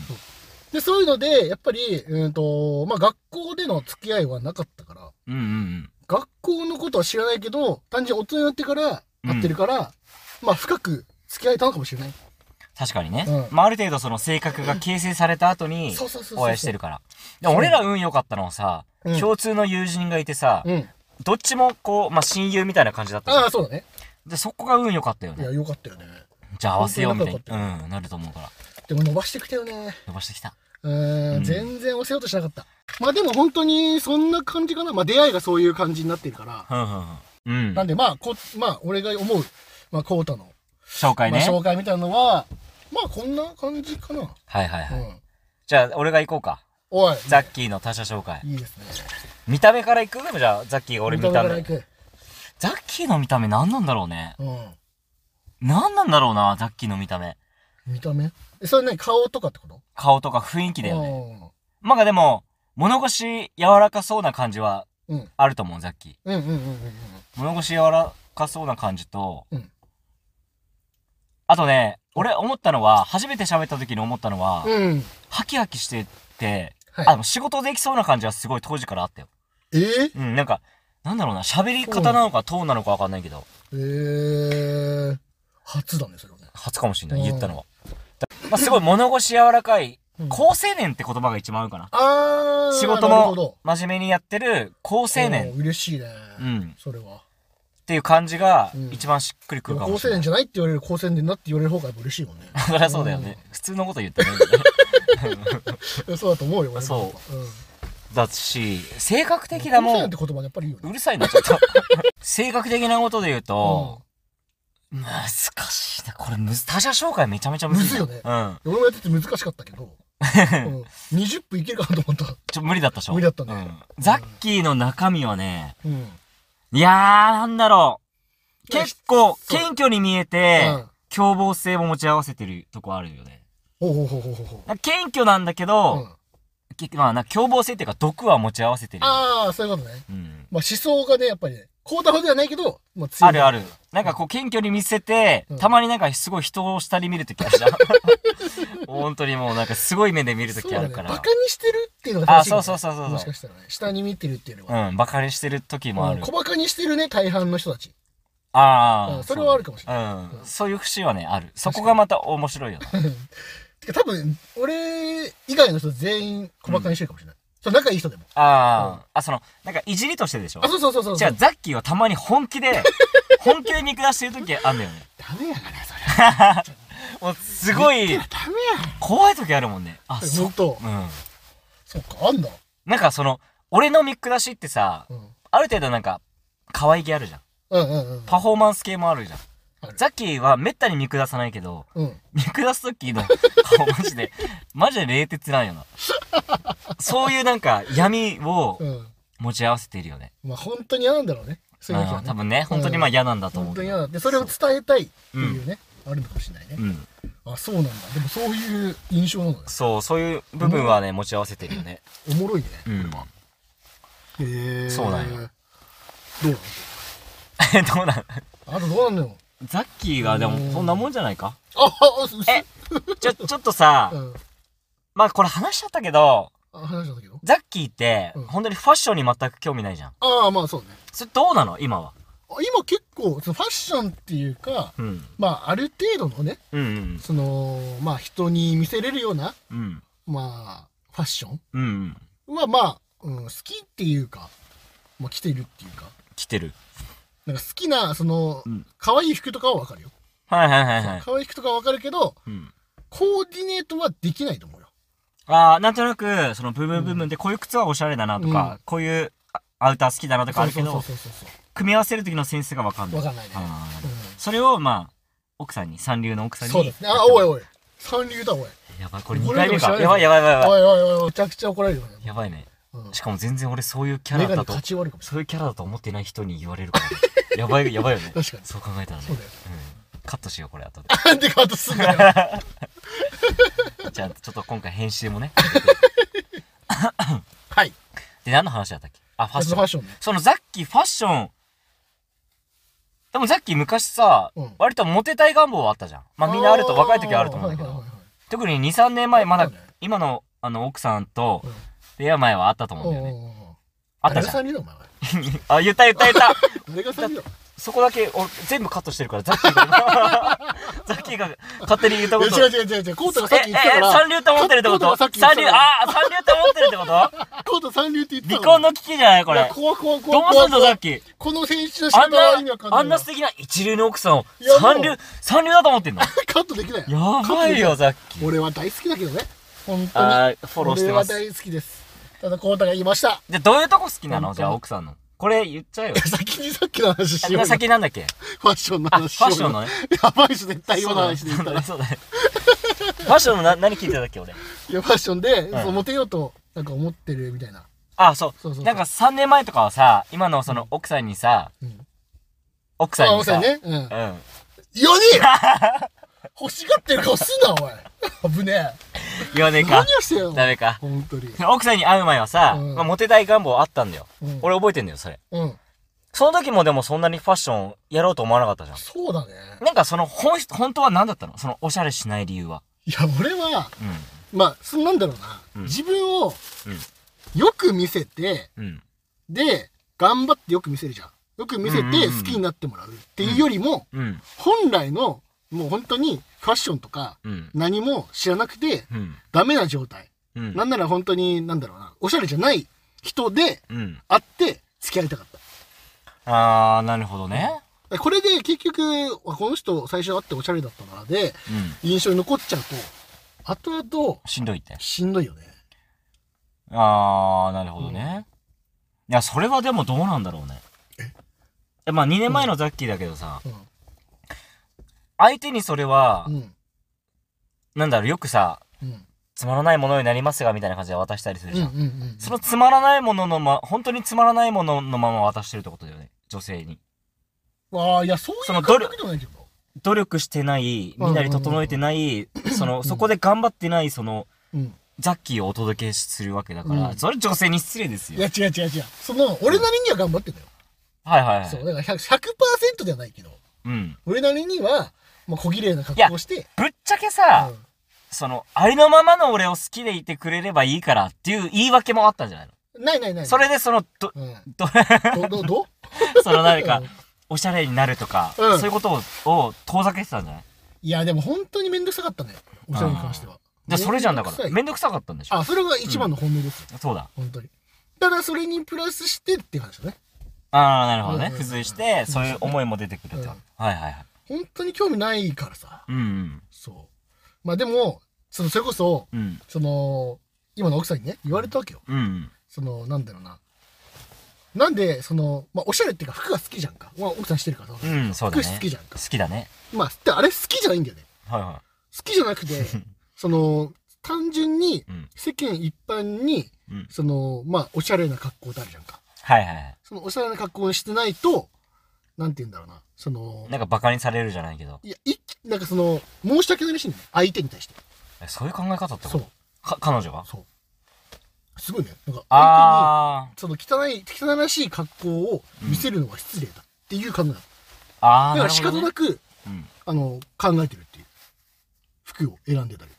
Speaker 1: で、そういうので、やっぱり、うんと、まあ学校での付き合いはなかったから、
Speaker 2: うん。うんうん
Speaker 1: 学校のことは知らないけど、単純に大人になってから、なってるから、まあ深く付き合えたのかもしれない。
Speaker 2: 確かにね。
Speaker 1: うん
Speaker 2: まあ、ある程度その性格が形成された後に
Speaker 1: そうそうそうそう、そう
Speaker 2: お会いしてるから。でも俺ら運良かったのはさ、
Speaker 1: うん
Speaker 2: 共通の友人がいてさ、
Speaker 1: うん。
Speaker 2: どっちもこう、まあ親友みたいな感じだったじゃ
Speaker 1: あ
Speaker 2: ん
Speaker 1: あ、そうだね。
Speaker 2: で、そこが運良かったよ
Speaker 1: い
Speaker 2: ね
Speaker 1: や、。よかったよね。
Speaker 2: じゃあ合わせようみたい
Speaker 1: 本当に
Speaker 2: な。うん、なると思うから。
Speaker 1: でも伸ばしてきたよね。
Speaker 2: 伸ばしてきた。
Speaker 1: うー、
Speaker 2: うんん
Speaker 1: 全然押せようとしなかった。まあでも本当にそんな感じかな。まあ出会いがそういう感じになってるから。
Speaker 2: うんうんうん。う
Speaker 1: なん
Speaker 2: ん。
Speaker 1: でまあ、こまあ俺が思う、まあコウタの、
Speaker 2: 紹介
Speaker 1: まあ、
Speaker 2: ね。
Speaker 1: 紹介みたいなのは、まあこんな感じかな。
Speaker 2: はいはいは
Speaker 1: う
Speaker 2: い。
Speaker 1: ん。
Speaker 2: じゃあ、俺が行こうか。
Speaker 1: おい。
Speaker 2: ザッキーの他者紹介。
Speaker 1: いいですね。
Speaker 2: 見た目から行くでもじゃあ、ザッキーが俺見た
Speaker 1: から
Speaker 2: 目
Speaker 1: 行。く。
Speaker 2: ザッキーの見た目何なんだろうね。
Speaker 1: うん。
Speaker 2: 何なんだろうな、ザッキーの見た目。
Speaker 1: 見た目えそれ何顔とかってこと
Speaker 2: 顔とか雰囲気だよね。
Speaker 1: ね。
Speaker 2: まあでも、物腰柔らかそうな感じは
Speaker 1: うん。
Speaker 2: あると思う、ザッキー。
Speaker 1: うんうんうんうんうん。
Speaker 2: 物腰柔らかそうな感じと、
Speaker 1: うん
Speaker 2: あとね、俺思ったのは、初めて喋った時に思ったのは、
Speaker 1: うん。
Speaker 2: ハキハキしてて、
Speaker 1: はい
Speaker 2: あ、でも仕事できそうな感じはすごい当時からあったよ。
Speaker 1: えー、
Speaker 2: うん、なんか、なんだろうな、喋り方なのか、トーンなのかわかんないけど、
Speaker 1: えー、初だね、それはね。
Speaker 2: 初かもしれな
Speaker 1: うん
Speaker 2: い、言ったのは。だまあ、すごい物腰柔らかい、
Speaker 1: うん
Speaker 2: 高青年って言葉が一番合うかな。
Speaker 1: あー、
Speaker 2: 仕事
Speaker 1: なるほど
Speaker 2: も。真面目にやってる高青
Speaker 1: う
Speaker 2: 年
Speaker 1: ん。嬉しいね。
Speaker 2: うん
Speaker 1: それは。
Speaker 2: っていう感じが
Speaker 1: うん
Speaker 2: 一番しっくり
Speaker 1: で
Speaker 2: く
Speaker 1: も
Speaker 2: るか
Speaker 1: 高
Speaker 2: もし
Speaker 1: 青
Speaker 2: れな
Speaker 1: 年
Speaker 2: い。
Speaker 1: じゃないって言われる高青年だって言われる方がやっぱ嬉しいもん ね。
Speaker 2: そりゃそうだよね。普通のこと言ってね。
Speaker 1: そうだと思うよ、俺
Speaker 2: そう
Speaker 1: う。うん。
Speaker 2: だし、性格的
Speaker 1: 高
Speaker 2: な
Speaker 1: 青
Speaker 2: も
Speaker 1: 年っ
Speaker 2: ん
Speaker 1: て、言葉がやっぱりいいよ
Speaker 2: う
Speaker 1: ね。
Speaker 2: るさいな、ちょっと。 性格的なことで言うと、難しいな。これむず、他者紹介めちゃめちゃむずいな。
Speaker 1: むずい
Speaker 2: うん。
Speaker 1: 俺もやってて難しかったけ ど、うん、20分いけるかなと思った。
Speaker 2: ちょ、無理だったでしょ
Speaker 1: 無理だったね
Speaker 2: うんザッキーの中身はね、
Speaker 1: うん。
Speaker 2: いやー、なんだろう。結構、
Speaker 1: そう
Speaker 2: 謙虚に見えて、
Speaker 1: うん
Speaker 2: 凶暴性も持ち合わせてるとこあるよね。
Speaker 1: ほうほうほうほうほうほ
Speaker 2: なんか謙虚なんだけ
Speaker 1: う。う
Speaker 2: ど、
Speaker 1: ん、
Speaker 2: けまあ、なんか凶暴性っていうか毒は持ち合わせてる。
Speaker 1: あー、そういうことね。
Speaker 2: うん。
Speaker 1: まあ思想がね、やっぱりね、こうたほどではないけど、まあ強い。
Speaker 2: あるある。なんかこう、謙虚に見せて、
Speaker 1: うん
Speaker 2: たまになんかすごい人を下に見るときあるじゃん。本当にもうなんかすごい目で見ると
Speaker 1: そう
Speaker 2: き
Speaker 1: だ
Speaker 2: ある
Speaker 1: ね。
Speaker 2: か
Speaker 1: バ
Speaker 2: ら。
Speaker 1: カにしてるっていうのが正しいのかな。
Speaker 2: あそうそうそうそうそう
Speaker 1: もしかしたらね、下に見てるっていうのは。
Speaker 2: うん、バカにしてる時もあ
Speaker 1: うん
Speaker 2: る
Speaker 1: 小。馬鹿にしてるね、大半の人たち。
Speaker 2: あ
Speaker 1: う
Speaker 2: あ。
Speaker 1: んそれはあるかもしれ
Speaker 2: ない。
Speaker 1: う
Speaker 2: うんん。そういう節はね、ある。そこがまた面白いよな。
Speaker 1: てか多分、俺以外の人全員小馬鹿にしてるかもしれない。そう仲いい人でも。
Speaker 2: ああ。あ、その、なんかいじりとしてでしょ
Speaker 1: あ、そうそうそうそう。
Speaker 2: じゃあ、ザッキーはたまに本 気で、本気で見下してる時あんだよね。
Speaker 1: ダメやから、それ。
Speaker 2: もうすごい、
Speaker 1: ダ
Speaker 2: 怖い時あるもんね。あ、
Speaker 1: メや。
Speaker 2: そ
Speaker 1: そうう。と
Speaker 2: う。ん。
Speaker 1: そっか、あんだ。
Speaker 2: なんかその、俺の見下しってさ
Speaker 1: う、ん。
Speaker 2: ある程度なんか、可愛げあるじゃん。
Speaker 1: うんうんうん。
Speaker 2: パフォーマンス系もあるじゃん
Speaker 1: ある。
Speaker 2: ザッキーはめったに見下さないけど、
Speaker 1: うん。
Speaker 2: 見下す時の 顔マジで、マジで冷徹なんよな。そういうなんか闇を
Speaker 1: うん。
Speaker 2: 持ち合わせているよね。
Speaker 1: まあ本当に嫌なんだろうね。そういう時
Speaker 2: あ
Speaker 1: は
Speaker 2: ー
Speaker 1: ね。
Speaker 2: 多分ね、本当にまあ嫌なんだと思
Speaker 1: 本
Speaker 2: う
Speaker 1: 当
Speaker 2: け
Speaker 1: に
Speaker 2: ど。
Speaker 1: 嫌だって、それを伝えたいっていうね、あるのかもしれないね。
Speaker 2: うん。
Speaker 1: あ、そうなんだ。でもそういう印象なのね。
Speaker 2: そう、そういう部分はね、持ち合わせてるよね。
Speaker 1: おもろいね。
Speaker 2: うん。
Speaker 1: へえ。
Speaker 2: そうなんよ。
Speaker 1: どうなの
Speaker 2: え、どうなん
Speaker 1: あとどうなんのよ。
Speaker 2: ザッキーがでもそんなもんじゃないか
Speaker 1: あ、あ、薄い。
Speaker 2: えちょ、ちょっとさ
Speaker 1: う、ん。
Speaker 2: まあこれ話しちゃったけど、
Speaker 1: あ、話したんだけど。
Speaker 2: ザッキーって
Speaker 1: うん、
Speaker 2: 本当にファッションに全く興味ないじゃん。
Speaker 1: ああ、まあそうね。
Speaker 2: それどうなの今は。
Speaker 1: あ今結構、そのファッションっていうか、
Speaker 2: うん。
Speaker 1: まあある程度のね、
Speaker 2: うんうん
Speaker 1: その、まあ人に見せれるような、
Speaker 2: うん。うん。
Speaker 1: まあ、ファッション
Speaker 2: うんうん。
Speaker 1: はまあ、うん、好きっていうか、まあ着てるっていうか、
Speaker 2: 来てる。
Speaker 1: なんか好きな、その
Speaker 2: うん、
Speaker 1: 可愛い服とかはわかるよ。
Speaker 2: はいはいはいはい。
Speaker 1: 可愛い服とかはわかるけど、
Speaker 2: うん。
Speaker 1: コーディネートはできないと思うよ。
Speaker 2: ああ、なんとなく、その部分部分で、こういう靴はおしゃれだなと
Speaker 1: う
Speaker 2: か
Speaker 1: ん、
Speaker 2: こういうあアウター好きだなとかあるけ
Speaker 1: そう
Speaker 2: ど、
Speaker 1: そうそうそうそう。
Speaker 2: 組み合わせる時のセンスがわかんない。
Speaker 1: わかんないね
Speaker 2: あー
Speaker 1: う
Speaker 2: それを、まあ、奥さんに、三流の奥さ
Speaker 1: ん
Speaker 2: んに。
Speaker 1: そうですね。あ、おいおい。三流だ、おい。
Speaker 2: やばい、これ2回目か。やばい
Speaker 1: これでも
Speaker 2: やばいやばいやば
Speaker 1: おいおいおい、めちゃくちゃ怒られるよね
Speaker 2: い。。やばいね。
Speaker 1: うん
Speaker 2: しかも全然俺そういうキャ
Speaker 1: メ
Speaker 2: ラ
Speaker 1: ガネ
Speaker 2: だと
Speaker 1: 勝ち終わるかもし
Speaker 2: そういうキャラだと思ってない人に言われるから。やばい、やばいよね。
Speaker 1: 確かに
Speaker 2: そう考えたらね。
Speaker 1: そうだよ
Speaker 2: うんカットしよう、これ、後で。
Speaker 1: なんでカットすんだよ。
Speaker 2: じゃあ、ちょっと今回編集もね。
Speaker 1: はい。
Speaker 2: で、何の話だったっけあ、ファッ
Speaker 1: フ
Speaker 2: シ
Speaker 1: ァ
Speaker 2: ョ
Speaker 1: ッ
Speaker 2: ン。
Speaker 1: ションね。
Speaker 2: その、ザッキーファッション、でもザッキー昔さ、
Speaker 1: うん
Speaker 2: 割とモテたい願望はあったじゃん。まあみんなあると、若い時はあると思うんだけ
Speaker 1: はい
Speaker 2: ど
Speaker 1: は。い
Speaker 2: 特に2、3年前、ま
Speaker 1: そ
Speaker 2: だ
Speaker 1: うだね、
Speaker 2: 今の、あの、奥さんと
Speaker 1: うん、
Speaker 2: 出会う前はあったと思う
Speaker 1: は
Speaker 2: ん
Speaker 1: い
Speaker 2: だ
Speaker 1: うん
Speaker 2: よ
Speaker 1: うん
Speaker 2: ね。
Speaker 1: うんうん
Speaker 2: あったじ
Speaker 1: 誰が
Speaker 2: ゃん。
Speaker 1: 三人だお前は
Speaker 2: あ、言った言った言った。
Speaker 1: 誰が三人だ
Speaker 2: そこだけ、俺、全部カットしてるから、ザッキーが、 ザッキーが勝手に言ったこ
Speaker 1: い
Speaker 2: と。
Speaker 1: や違う違う違う違う。コータがさっき言ってたか
Speaker 2: えええ三
Speaker 1: ら、
Speaker 2: 流と思ってるってこ
Speaker 1: コートが
Speaker 2: と
Speaker 1: さっ
Speaker 2: 三
Speaker 1: き言って
Speaker 2: 流、
Speaker 1: たから
Speaker 2: ああ、三流と思ってるっ てこと
Speaker 1: コータ三流って言ってた
Speaker 2: 離婚の危機じゃないこ
Speaker 1: これ
Speaker 2: れ。。
Speaker 1: 怖い怖い怖い
Speaker 2: ど
Speaker 1: う怖い
Speaker 2: すんの、
Speaker 1: 怖
Speaker 2: ザ
Speaker 1: い
Speaker 2: ッ。キー。
Speaker 1: この選手の仕
Speaker 2: あん
Speaker 1: 方は意味わかんな
Speaker 2: な、
Speaker 1: い。
Speaker 2: あんな素敵な一流の奥さんを
Speaker 1: いやもう
Speaker 2: 三流、三流だと思ってんの
Speaker 1: カットできない。
Speaker 2: やばいよ、ザッキー。
Speaker 1: 俺は大好きだけどね。本当に。
Speaker 2: あーフォローしてま
Speaker 1: 俺は
Speaker 2: す。
Speaker 1: 大好きです。ただコータが言いました。
Speaker 2: で、どういうとこ好きな
Speaker 1: 本
Speaker 2: の
Speaker 1: 当。
Speaker 2: じゃあ、奥さんの。これ言っちゃうよ
Speaker 1: 先にさっきの話しよう
Speaker 2: あ
Speaker 1: よ。
Speaker 2: 先なんだっけ
Speaker 1: ファッションの
Speaker 2: あ、ファッ
Speaker 1: 話しようよ
Speaker 2: ションのね。
Speaker 1: やばいし、絶対今の話で言
Speaker 2: そ
Speaker 1: ったら。
Speaker 2: うだね。
Speaker 1: い
Speaker 2: そうだ ねファッションのな何聞いてたっけ、俺。
Speaker 1: や、ファッションで、
Speaker 2: ん
Speaker 1: そうモテようと、なんか思ってるみたいな。
Speaker 2: あ、そう。
Speaker 1: そうそうそう
Speaker 2: なんか3年前とかはさ、今のその奥さんにさ、
Speaker 1: うん
Speaker 2: 奥さん
Speaker 1: あ、
Speaker 2: に
Speaker 1: おさ
Speaker 2: さ、
Speaker 1: んね。うん。
Speaker 2: うん。
Speaker 1: 4人 欲しがってる顔すんな、おい。危ね
Speaker 2: 言わねえ
Speaker 1: え。何
Speaker 2: か
Speaker 1: を。してよ。
Speaker 2: ダメか。
Speaker 1: 本当に。
Speaker 2: 奥さんに会う前はさ、
Speaker 1: うん
Speaker 2: まあ、モテたい願望あったんだよ。
Speaker 1: うん
Speaker 2: 俺覚えてんだよ、それ。
Speaker 1: うん。
Speaker 2: その時もでもそんなにファッションやろうと思わなかったじゃん。
Speaker 1: そうだね。
Speaker 2: なんかその本質、本当は何だったのそのおしゃれしない理由は。
Speaker 1: いや、俺は、
Speaker 2: う
Speaker 1: まあ、そんなんだろうな。
Speaker 2: うん
Speaker 1: 自分を
Speaker 2: ん。
Speaker 1: よく見せて、
Speaker 2: うん。うん。
Speaker 1: で、頑張ってよく見せるじゃん。よく見せて
Speaker 2: う
Speaker 1: 好
Speaker 2: んうんうん
Speaker 1: きになってもらうっていうよりも、
Speaker 2: うん。
Speaker 1: 本来の、もう本当にファッションとか
Speaker 2: うん。
Speaker 1: 何も知らなくて、
Speaker 2: うん。
Speaker 1: ダメな状態。
Speaker 2: うん。
Speaker 1: なんなら本当に、なんだろうな、おしゃれじゃない人で
Speaker 2: うん。
Speaker 1: 会って付き合いたかっ
Speaker 2: あー、なるほどね。
Speaker 1: た。これで結局、あこの人最初会っておしゃれだったなで、
Speaker 2: うん。
Speaker 1: 印象に残っちゃうと、後々、
Speaker 2: しんどいって。
Speaker 1: しんどいよね。
Speaker 2: あー、なるほどね。いや、それはでもどうなんだろうね。えまあ2年前のザッキーだけどさ、相手にそれは
Speaker 1: う、ん。
Speaker 2: なんだろう、よくさ、
Speaker 1: うん。うん。
Speaker 2: つまらないものになりますが、みたいな感じで渡したりする
Speaker 1: うん。う
Speaker 2: じ
Speaker 1: ん
Speaker 2: ゃん。
Speaker 1: うんうん。
Speaker 2: そのつまらないもののま、本当につまらないもののまま渡してるってことだよね。女性に。
Speaker 1: ああ、いや、そういう
Speaker 2: その
Speaker 1: 感
Speaker 2: 努力
Speaker 1: 覚ではないけど。
Speaker 2: 努力してない、みんなに整えてない、その、そこで頑張ってない、その、
Speaker 1: うん。
Speaker 2: ザッキーをお届けするわけだから、
Speaker 1: うん
Speaker 2: それ女性に失礼です
Speaker 1: い
Speaker 2: よ
Speaker 1: や、。違う違う違う。その、俺なりには頑張ってんだよ。
Speaker 2: はいはいは
Speaker 1: そう、
Speaker 2: い。
Speaker 1: だから 100%, 100%ではないけど、
Speaker 2: うん。
Speaker 1: 俺なりには、もう小綺麗な格好をして、
Speaker 2: ぶっちゃけさ、
Speaker 1: うん
Speaker 2: その、ありのままの俺を好きでいてくれればいいからっていう言い訳もあったんじゃないの、
Speaker 1: ないないない。
Speaker 2: そ、れでその、ど、
Speaker 1: うん。
Speaker 2: ど、
Speaker 1: ど、ど、ど
Speaker 2: その何か
Speaker 1: うん、
Speaker 2: おしゃれになるとか、
Speaker 1: うん
Speaker 2: そういうことをを遠ざけてたんじゃない
Speaker 1: いや、でも本当にめんどくさかったね。おしゃれに関しては。
Speaker 2: でそれじゃんだか
Speaker 1: めん
Speaker 2: ら。
Speaker 1: どく
Speaker 2: めんどくさかったんでし
Speaker 1: さい
Speaker 2: ょ
Speaker 1: あ、それが一番の本音ですよ。
Speaker 2: そうだ。
Speaker 1: 本当に。ただ、それにプラスしてっていう話だね。
Speaker 2: ああ、なるほどね。
Speaker 1: うん
Speaker 2: 付随して、そういう思いも出てくるってわけはいはいはい。
Speaker 1: 本当に興味ないからさ。
Speaker 2: うんうん。
Speaker 1: そう。まあでも、その、それこそ、
Speaker 2: うん。
Speaker 1: その、今の奥さんにね、言われたわけよ。
Speaker 2: うんうん。
Speaker 1: その、なんだろうな。なんで、その、まあ、おしゃれっていうか、服が好きじゃんか。まあ、奥さんしてるからさ
Speaker 2: うん、そうだね。
Speaker 1: 服好きじゃんか
Speaker 2: 好。きだね。
Speaker 1: まあ、ってあれ好きじゃないんだよね。
Speaker 2: はいは
Speaker 1: 好きじゃなく て、その、単純に
Speaker 2: い。、うん。
Speaker 1: 世間一般に、
Speaker 2: うん。
Speaker 1: その、まあ、おしゃれな格好ってあるじゃんか。
Speaker 2: はいはいはい。
Speaker 1: その、おしゃれな格好にしてないと、なんて言うんだろうな。その、
Speaker 2: なんかバカにされるじゃないけど。
Speaker 1: いや、いなんかその、申し訳ないらしいんだよ。相手に対して。
Speaker 2: えそういう考え方ってこ
Speaker 1: そ
Speaker 2: と
Speaker 1: う、
Speaker 2: か彼女が
Speaker 1: そう。すごいね。なんか、相
Speaker 2: あ
Speaker 1: 手に、その、汚い、汚らしい格好を見せるのが失礼だっていう考えだ。
Speaker 2: ー。あ
Speaker 1: だか
Speaker 2: ー。な
Speaker 1: ら
Speaker 2: る
Speaker 1: 仕
Speaker 2: ほ
Speaker 1: 方
Speaker 2: どね
Speaker 1: なく、
Speaker 2: うん。
Speaker 1: あの、考えてるっていう。服を選んでたり。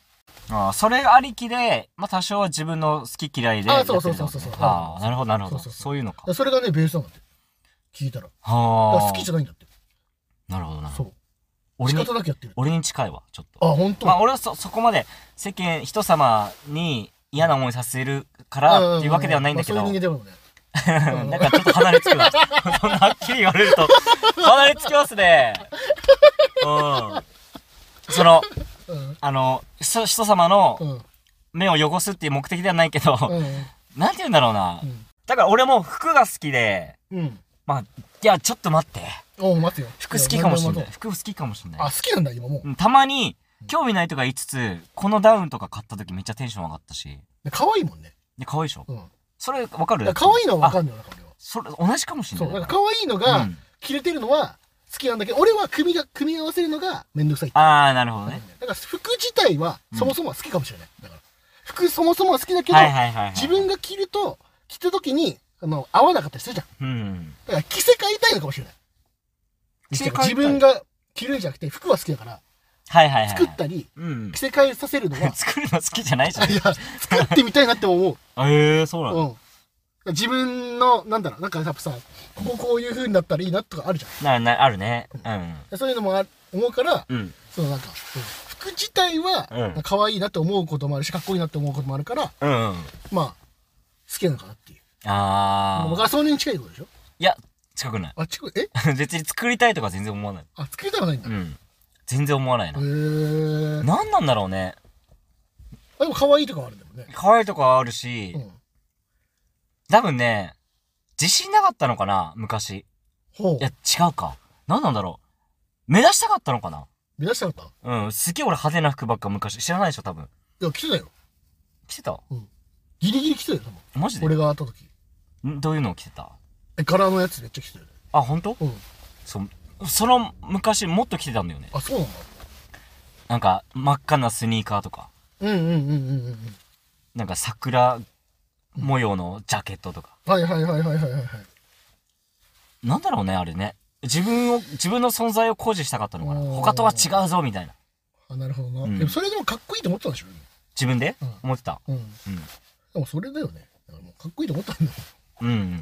Speaker 2: ああ、それありきで、まあ多少は自分の好き嫌いでや
Speaker 1: あ
Speaker 2: っ
Speaker 1: ー
Speaker 2: て
Speaker 1: そ
Speaker 2: る
Speaker 1: う
Speaker 2: って
Speaker 1: そ
Speaker 2: こ
Speaker 1: う
Speaker 2: とね。
Speaker 1: そうそうそう
Speaker 2: ああ、なるほどなるほど。
Speaker 1: そうそうそう
Speaker 2: そういうのか
Speaker 1: だか。らそれがね、ベースなんだって。聞いたら。だか
Speaker 2: は
Speaker 1: ら
Speaker 2: あ。
Speaker 1: 好きじゃないんだって。
Speaker 2: なるほどなるほ
Speaker 1: そ
Speaker 2: ど。
Speaker 1: う。
Speaker 2: 俺
Speaker 1: 仕
Speaker 2: に
Speaker 1: 方、なくやってる。
Speaker 2: 俺に近いわ、ちょっと。
Speaker 1: あ、本当。
Speaker 2: まあ俺はそ、そこまで世間、人様に嫌な思いさせるからっていうわけではないんだけど、
Speaker 1: まあそういう人間でもね。うん
Speaker 2: なんかちょっと離れつくな。 そんなはっきり言われると、離れつきますね。うん。その、
Speaker 1: うん
Speaker 2: あの、人人様の
Speaker 1: うん
Speaker 2: 目を汚すっていう目的ではないけど、
Speaker 1: うん
Speaker 2: なんて言うんだろうな。だから俺も服が好きで、
Speaker 1: うんうん。
Speaker 2: まあ、いや、ちょっと待って。
Speaker 1: おう待てよ。
Speaker 2: 服好きかもしん
Speaker 1: や
Speaker 2: ない。
Speaker 1: や
Speaker 2: 服好きかもしんな
Speaker 1: あ、
Speaker 2: い。
Speaker 1: 好きなんだ、今もう
Speaker 2: う。んたまに、興味ないとか言いつつ、このダウンとか買った時めっちゃテンション上がったし、
Speaker 1: で可愛いもんね。
Speaker 2: で可愛いでしょ
Speaker 1: うん。
Speaker 2: それわかる
Speaker 1: だから可愛いのはわ
Speaker 2: あ
Speaker 1: かんないよ、なんか俺は。
Speaker 2: それ同じかもしんな
Speaker 1: そ。。
Speaker 2: いう
Speaker 1: なんか可愛いのが
Speaker 2: うん、
Speaker 1: 切れてるのは好きなんだけど、俺は組みが、組み合わせるのがめんどくさいって
Speaker 2: ああ、なるほどね。
Speaker 1: だから服自体はそもそもは好きかもしれない。だから、服そもそもは好きだけど、
Speaker 2: はいはいはい、はい。
Speaker 1: 自分が着ると、着た時に、あの、合わなかったりするじゃん。
Speaker 2: うん。
Speaker 1: だから着せ替えたいのかもしれない。
Speaker 2: 着せ替えたい
Speaker 1: 自分が着るんじゃなくて、服は好きだから、
Speaker 2: はいはいはい。
Speaker 1: 作ったり、
Speaker 2: うん
Speaker 1: 着。せ替えさせるのは、
Speaker 2: 作るの好きじゃないじゃん。
Speaker 1: いや、作ってみたいなって思う。
Speaker 2: ええー、 そうなんだ。
Speaker 1: うん。自分の、なんだろう、なんかやっぱさ、こここういう風になったらいいなとかあるじゃ
Speaker 2: な、な、あるね。うん。
Speaker 1: ん。そういうのもあ思うから、
Speaker 2: うん。
Speaker 1: そのなんか、うん服自体は
Speaker 2: うん
Speaker 1: 可愛いなって思うこともあるし、かっこいいなって思うこともあるから、
Speaker 2: うん。うん。
Speaker 1: まあ、好きなのかなっていう。
Speaker 2: あ
Speaker 1: 僕
Speaker 2: あ。
Speaker 1: はそれに近いことでしょ
Speaker 2: いや、近くない。
Speaker 1: あっちこ、え
Speaker 2: 別に作りたいとか全然思わない。
Speaker 1: あ、作りたくないんだ。
Speaker 2: う
Speaker 1: へ
Speaker 2: ん。全然思わないな。
Speaker 1: ー。
Speaker 2: なんなんだろうね。
Speaker 1: あ、でも可愛いとかはあるんだもんね。
Speaker 2: 可愛いとかあるし
Speaker 1: う、ん。
Speaker 2: 多分ね、自信なかったのかな昔。
Speaker 1: ほう
Speaker 2: いや、。違うか。なんなんだろう。目指したかったのかな
Speaker 1: 目指したかった
Speaker 2: うん。すげえ俺派手な服ばっか昔。知らないでしょ、多分。
Speaker 1: いや、来てたよ。
Speaker 2: 着てた
Speaker 1: ギリギリ来てたよ、多分。
Speaker 2: マジで
Speaker 1: 俺が会った時。
Speaker 2: んどういうのを着てた
Speaker 1: え、柄のやつめっちゃ来てたよね。
Speaker 2: あ、本当？
Speaker 1: うん。
Speaker 2: そう。その昔もっと着てたんだよね。
Speaker 1: あ、そうなんだ。
Speaker 2: なんか真っ赤なスニーカーとか、
Speaker 1: うんうんうんうんうんうん。
Speaker 2: なんか桜模様のジャケットとか。
Speaker 1: はいはいはいはいはいはいはい。
Speaker 2: なんだろうね、あれね。自分を、自分の存在を誇示したかったのかな。
Speaker 1: おー
Speaker 2: 他とは違うぞ、みたいな。
Speaker 1: あ、なるほどな。
Speaker 2: うん
Speaker 1: でもそれでもかっこいいと思ってたでしょ
Speaker 2: 自分で、
Speaker 1: うん
Speaker 2: 思ってた。
Speaker 1: うん。でもそれだよね。だからもうかっこいいと思ったんだよ。だか
Speaker 2: うん。うん、うん。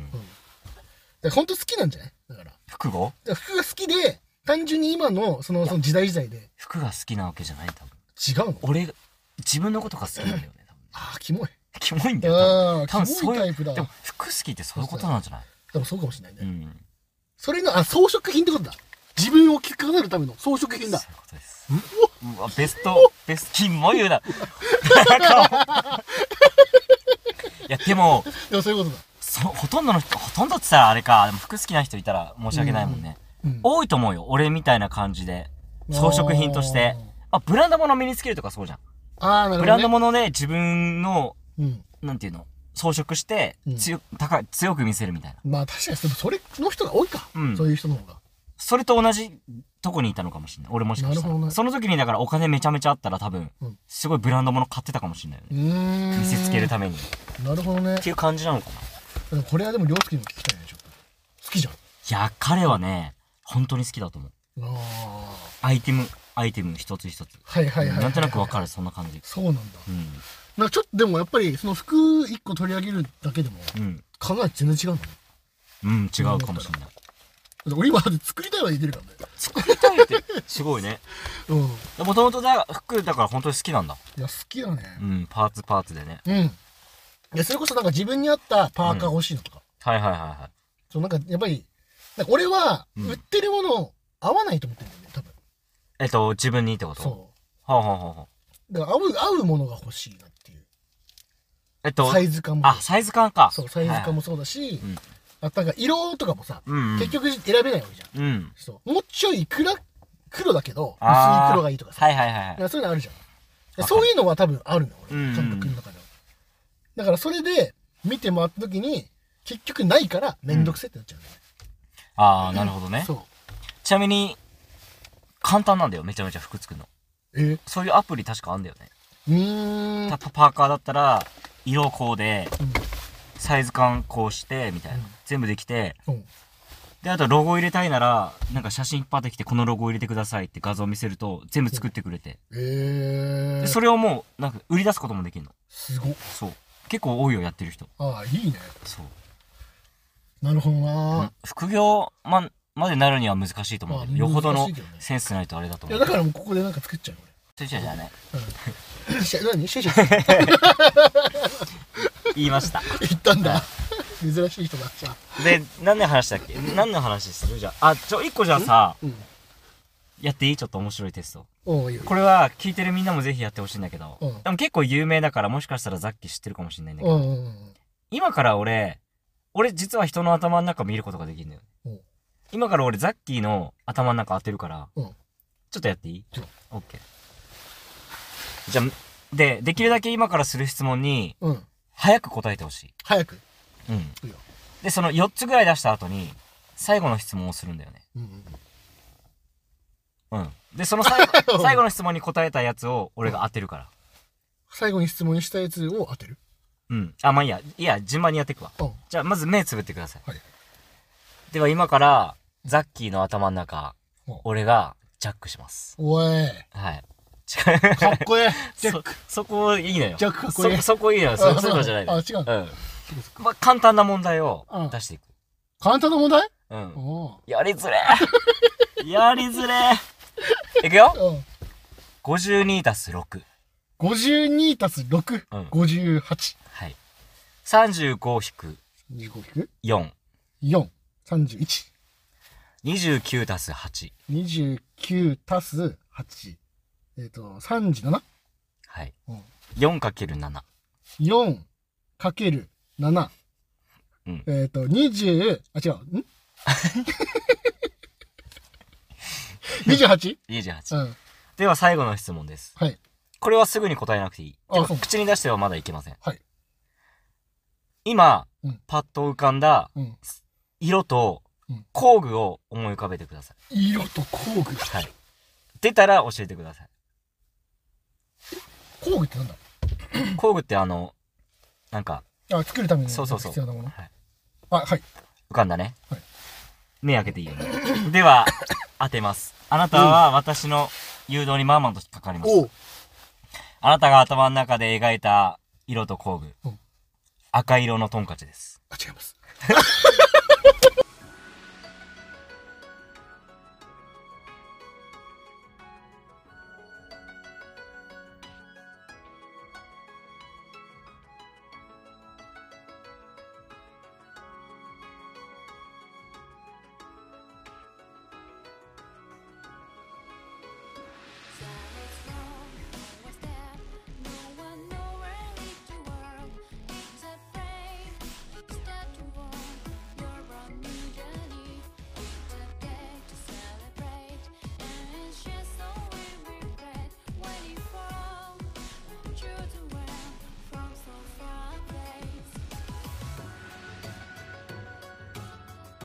Speaker 1: ら本当好きなんじゃないだから。だか
Speaker 2: 服語
Speaker 1: ら服が好きで、単純に今の、その、その時代時代で
Speaker 2: 服が好きなわけじゃない、多分。
Speaker 1: 違うの
Speaker 2: 俺、自分のことが好きなんだよね、多分。
Speaker 1: ああ、キモい。
Speaker 2: キモいんだよ、
Speaker 1: ああ、
Speaker 2: 多分。多分
Speaker 1: キ
Speaker 2: そ
Speaker 1: モ
Speaker 2: う
Speaker 1: いタ
Speaker 2: い
Speaker 1: イプだ。
Speaker 2: う、
Speaker 1: で
Speaker 2: で
Speaker 1: も
Speaker 2: も、服好きってそういうことなんじゃない
Speaker 1: そうかもしれないうね。
Speaker 2: ん。
Speaker 1: それの、あ、装飾品ってことだ。自分を着飾るための装飾品
Speaker 2: そう
Speaker 1: だ
Speaker 2: い。うことです。
Speaker 1: う
Speaker 2: うわ、ベスト、ベスト、金も言うな。いや、でも、
Speaker 1: おでもそういうことだ。
Speaker 2: そほとんどの人、ほとんどって言ったらあれか、でも服好きな人いたら申し訳ないもん
Speaker 1: う
Speaker 2: ね。
Speaker 1: ん
Speaker 2: 多いと思うよ、俺みたいな感じで。装飾品として。あ、ブランド物身につけるとかそうじゃん。
Speaker 1: あーあー、なるほど、ね。
Speaker 2: ブランド物で自分の、
Speaker 1: うん。
Speaker 2: なんていうの、装飾して
Speaker 1: うん、
Speaker 2: 強、高い、強く見せるみたいな。
Speaker 1: まあ確かに、でもそれの人が多いか。
Speaker 2: うん
Speaker 1: そういう人の方が。
Speaker 2: それと同じとこにいたのかもしれない。俺もしか
Speaker 1: な
Speaker 2: した
Speaker 1: るほどね
Speaker 2: ら。その時にだからお金めちゃめちゃあったら多分
Speaker 1: うん、
Speaker 2: すごいブランド物買ってたかもしれないよ
Speaker 1: う
Speaker 2: ね。
Speaker 1: ーん。
Speaker 2: 見せつけるために。っ
Speaker 1: なるほどね。
Speaker 2: ていう感じなのかな。
Speaker 1: でもこれはでも、りょうすきにも聞きたいね、ちょっと。好きじゃん。
Speaker 2: いや、彼はね、本当に好きだと思う。
Speaker 1: ああ。
Speaker 2: アイテム、アイテム一つ一つ。
Speaker 1: はいはいはいはい、
Speaker 2: なんとなくわかる、そんな感じ。
Speaker 1: そうなんだ
Speaker 2: う
Speaker 1: なんかちょっとでもやっぱりその服一個取り上げるだけでも
Speaker 2: ん。うん。
Speaker 1: 考え全然違うんだね
Speaker 2: うん、違うかもしれ
Speaker 1: だ
Speaker 2: ない。
Speaker 1: って俺今だって作りたいは言ってるからね
Speaker 2: 作りたいって、すごいね。
Speaker 1: うんい
Speaker 2: もともとだ、服だから本当に好きなんだ。
Speaker 1: や好きだね
Speaker 2: うん、パーツパーツでね。
Speaker 1: うん、いやそれこそなんか自分に合ったパーカー欲しいのとか、
Speaker 2: はいはいはいは
Speaker 1: そうなんかやっぱりなんか俺は
Speaker 2: うん
Speaker 1: 売ってるもの合わないと思ってるんだよね多分
Speaker 2: い。えっと、自分にってこと
Speaker 1: そ
Speaker 2: はあ、はあはあはあ、
Speaker 1: うだから合う合うものが欲しいなっていう
Speaker 2: えっと
Speaker 1: サ、イズ感も
Speaker 2: あ、サイズ感か。
Speaker 1: そうサイズ感もそうだし、
Speaker 2: うん
Speaker 1: あとなんか色とかもさ、
Speaker 2: はいはい。うん、うん。
Speaker 1: 結。局選べないわけじゃん
Speaker 2: うん。
Speaker 1: そうもうちょい暗黒だけど薄
Speaker 2: あー
Speaker 1: い黒がいいとかさ
Speaker 2: はいはいはい
Speaker 1: だか
Speaker 2: はい。
Speaker 1: らそういうのあるじゃん。
Speaker 2: わかる
Speaker 1: そういうのは多分あるのよ、
Speaker 2: うん
Speaker 1: 俺。
Speaker 2: うん
Speaker 1: 感覚の中では。だからそれで見て回った時に、結局ないからめんどくせってなっちゃうんだよね。
Speaker 2: ああ、なるほどね。
Speaker 1: そ
Speaker 2: ちなみに、簡単なんだよ、めちゃめちゃ服作るの。
Speaker 1: う。え
Speaker 2: そういうアプリ確かあんだよね。
Speaker 1: うーん。
Speaker 2: たパーカーだったら、色こうで、サイズ感こうして、みたいな。
Speaker 1: うん
Speaker 2: 全部できて、
Speaker 1: うん。
Speaker 2: で、あとロゴ入れたいなら、なんか写真引っ張ってきて、このロゴ入れてくださいって画像見せると、全部作ってくれて。
Speaker 1: え
Speaker 2: で
Speaker 1: ー。
Speaker 2: それをもう、なんか売り出すこともできるの。
Speaker 1: すごっ。
Speaker 2: そう。結構多いよ、やってる人。
Speaker 1: ああ、いいね。
Speaker 2: そう。
Speaker 1: なるほど
Speaker 2: うん
Speaker 1: な、
Speaker 2: 副業ま、までなるには難しいと思うけど、
Speaker 1: まあ
Speaker 2: よほど
Speaker 1: 難
Speaker 2: の
Speaker 1: しいけどね
Speaker 2: センスないとあれだと
Speaker 1: い
Speaker 2: 思
Speaker 1: や、
Speaker 2: う。
Speaker 1: だからもうここでなんか作っちゃうよ
Speaker 2: そうじゃない。
Speaker 1: 俺。シェ 何シェシェ
Speaker 2: 言いました。
Speaker 1: 言ったんだ。珍しい人だ。じゃあ。
Speaker 2: で、何の話だっけ何の話するじゃあ、あ、ちょ、一個じゃあさ、
Speaker 1: うん。
Speaker 2: やっていいちょっと面白いテスト。
Speaker 1: おういいよ。
Speaker 2: これは聞いてるみんなもぜひやってほしいんだけど、
Speaker 1: うん
Speaker 2: でも結構有名だからもしかしたらザッキー知ってるかもしれないんだけ
Speaker 1: う
Speaker 2: ど、
Speaker 1: んうんうん。
Speaker 2: 今から俺、俺実は人の頭の中見ることができるんだよ
Speaker 1: うん。
Speaker 2: 今から俺ザッキーの頭の中当てるから、
Speaker 1: うん
Speaker 2: ちょっとやっていい
Speaker 1: うん
Speaker 2: オッケー。じゃあ、で、できるだけ今からする質問に、
Speaker 1: うん。
Speaker 2: 早く答えてほしい。
Speaker 1: 早く。
Speaker 2: うん
Speaker 1: いいよ
Speaker 2: で、その4つぐらい出した後に、最後の質問をするんだよね。
Speaker 1: うんうん
Speaker 2: うん。で、その最後
Speaker 1: うん
Speaker 2: 最後の質問に答えたやつを俺が当てるから。
Speaker 1: 最後に質問したやつを当てる。
Speaker 2: うん。あ、まあいいや。いや、順番にやっていくわ。
Speaker 1: うん。
Speaker 2: じゃあ、まず目つぶってください。
Speaker 1: はい
Speaker 2: では、今から、ザッキーの頭の中
Speaker 1: うん、
Speaker 2: 俺がジャックします。
Speaker 1: おい。
Speaker 2: はい。
Speaker 1: かっこええ。ジャッ
Speaker 2: そ
Speaker 1: ク。、
Speaker 2: そこいいのよ。
Speaker 1: ジャックかっこいい
Speaker 2: そ、そこいいのよ。そ、そういうのじゃないの
Speaker 1: あ、
Speaker 2: よ。
Speaker 1: 違う
Speaker 2: う
Speaker 1: の。
Speaker 2: ん。まあ、簡単な問題を
Speaker 1: うん
Speaker 2: 出していく。
Speaker 1: 簡単な問題
Speaker 2: うん
Speaker 1: う。ん。
Speaker 2: やりづれ えやりづれえいくよ
Speaker 1: うん。
Speaker 2: !52 たす6。
Speaker 1: 52たす6。
Speaker 2: うん
Speaker 1: 58。
Speaker 2: はい。35引く
Speaker 1: 25引く
Speaker 2: 4。
Speaker 1: ?4。31。
Speaker 2: 29たす8。
Speaker 1: 29たす8。えっ、と、37。
Speaker 2: はい。
Speaker 1: うん。
Speaker 2: 4×7。
Speaker 1: 4かける7。
Speaker 2: うん
Speaker 1: えっ、と、20、あ、違う。 ん ?28?
Speaker 2: 28。
Speaker 1: うん。
Speaker 2: では最後の質問です。
Speaker 1: はい。
Speaker 2: これはすぐに答えなくていい。
Speaker 1: あ
Speaker 2: でも
Speaker 1: そう
Speaker 2: 口に出してはまだいけません。
Speaker 1: はい。
Speaker 2: 今、
Speaker 1: うん
Speaker 2: パッと浮かんだ
Speaker 1: うん。
Speaker 2: 色と
Speaker 1: うん
Speaker 2: 工具を思い浮かべてください。
Speaker 1: 色と工具。
Speaker 2: はい。出たら教えてくだ さい。
Speaker 1: 工具ってなんだ
Speaker 2: 工具ってあの、なんか、
Speaker 1: あ、作るために
Speaker 2: そうそうそう
Speaker 1: 必要なもの。
Speaker 2: はい
Speaker 1: あ、はい。
Speaker 2: 浮かんだね、
Speaker 1: はい
Speaker 2: 目開けていい よねでは当てますあなたは私の誘導にまんまんと引っかかります
Speaker 1: おう。
Speaker 2: あなたが頭の中で描いた色と工具、
Speaker 1: うん
Speaker 2: 赤色のトンカチです
Speaker 1: あ、違います。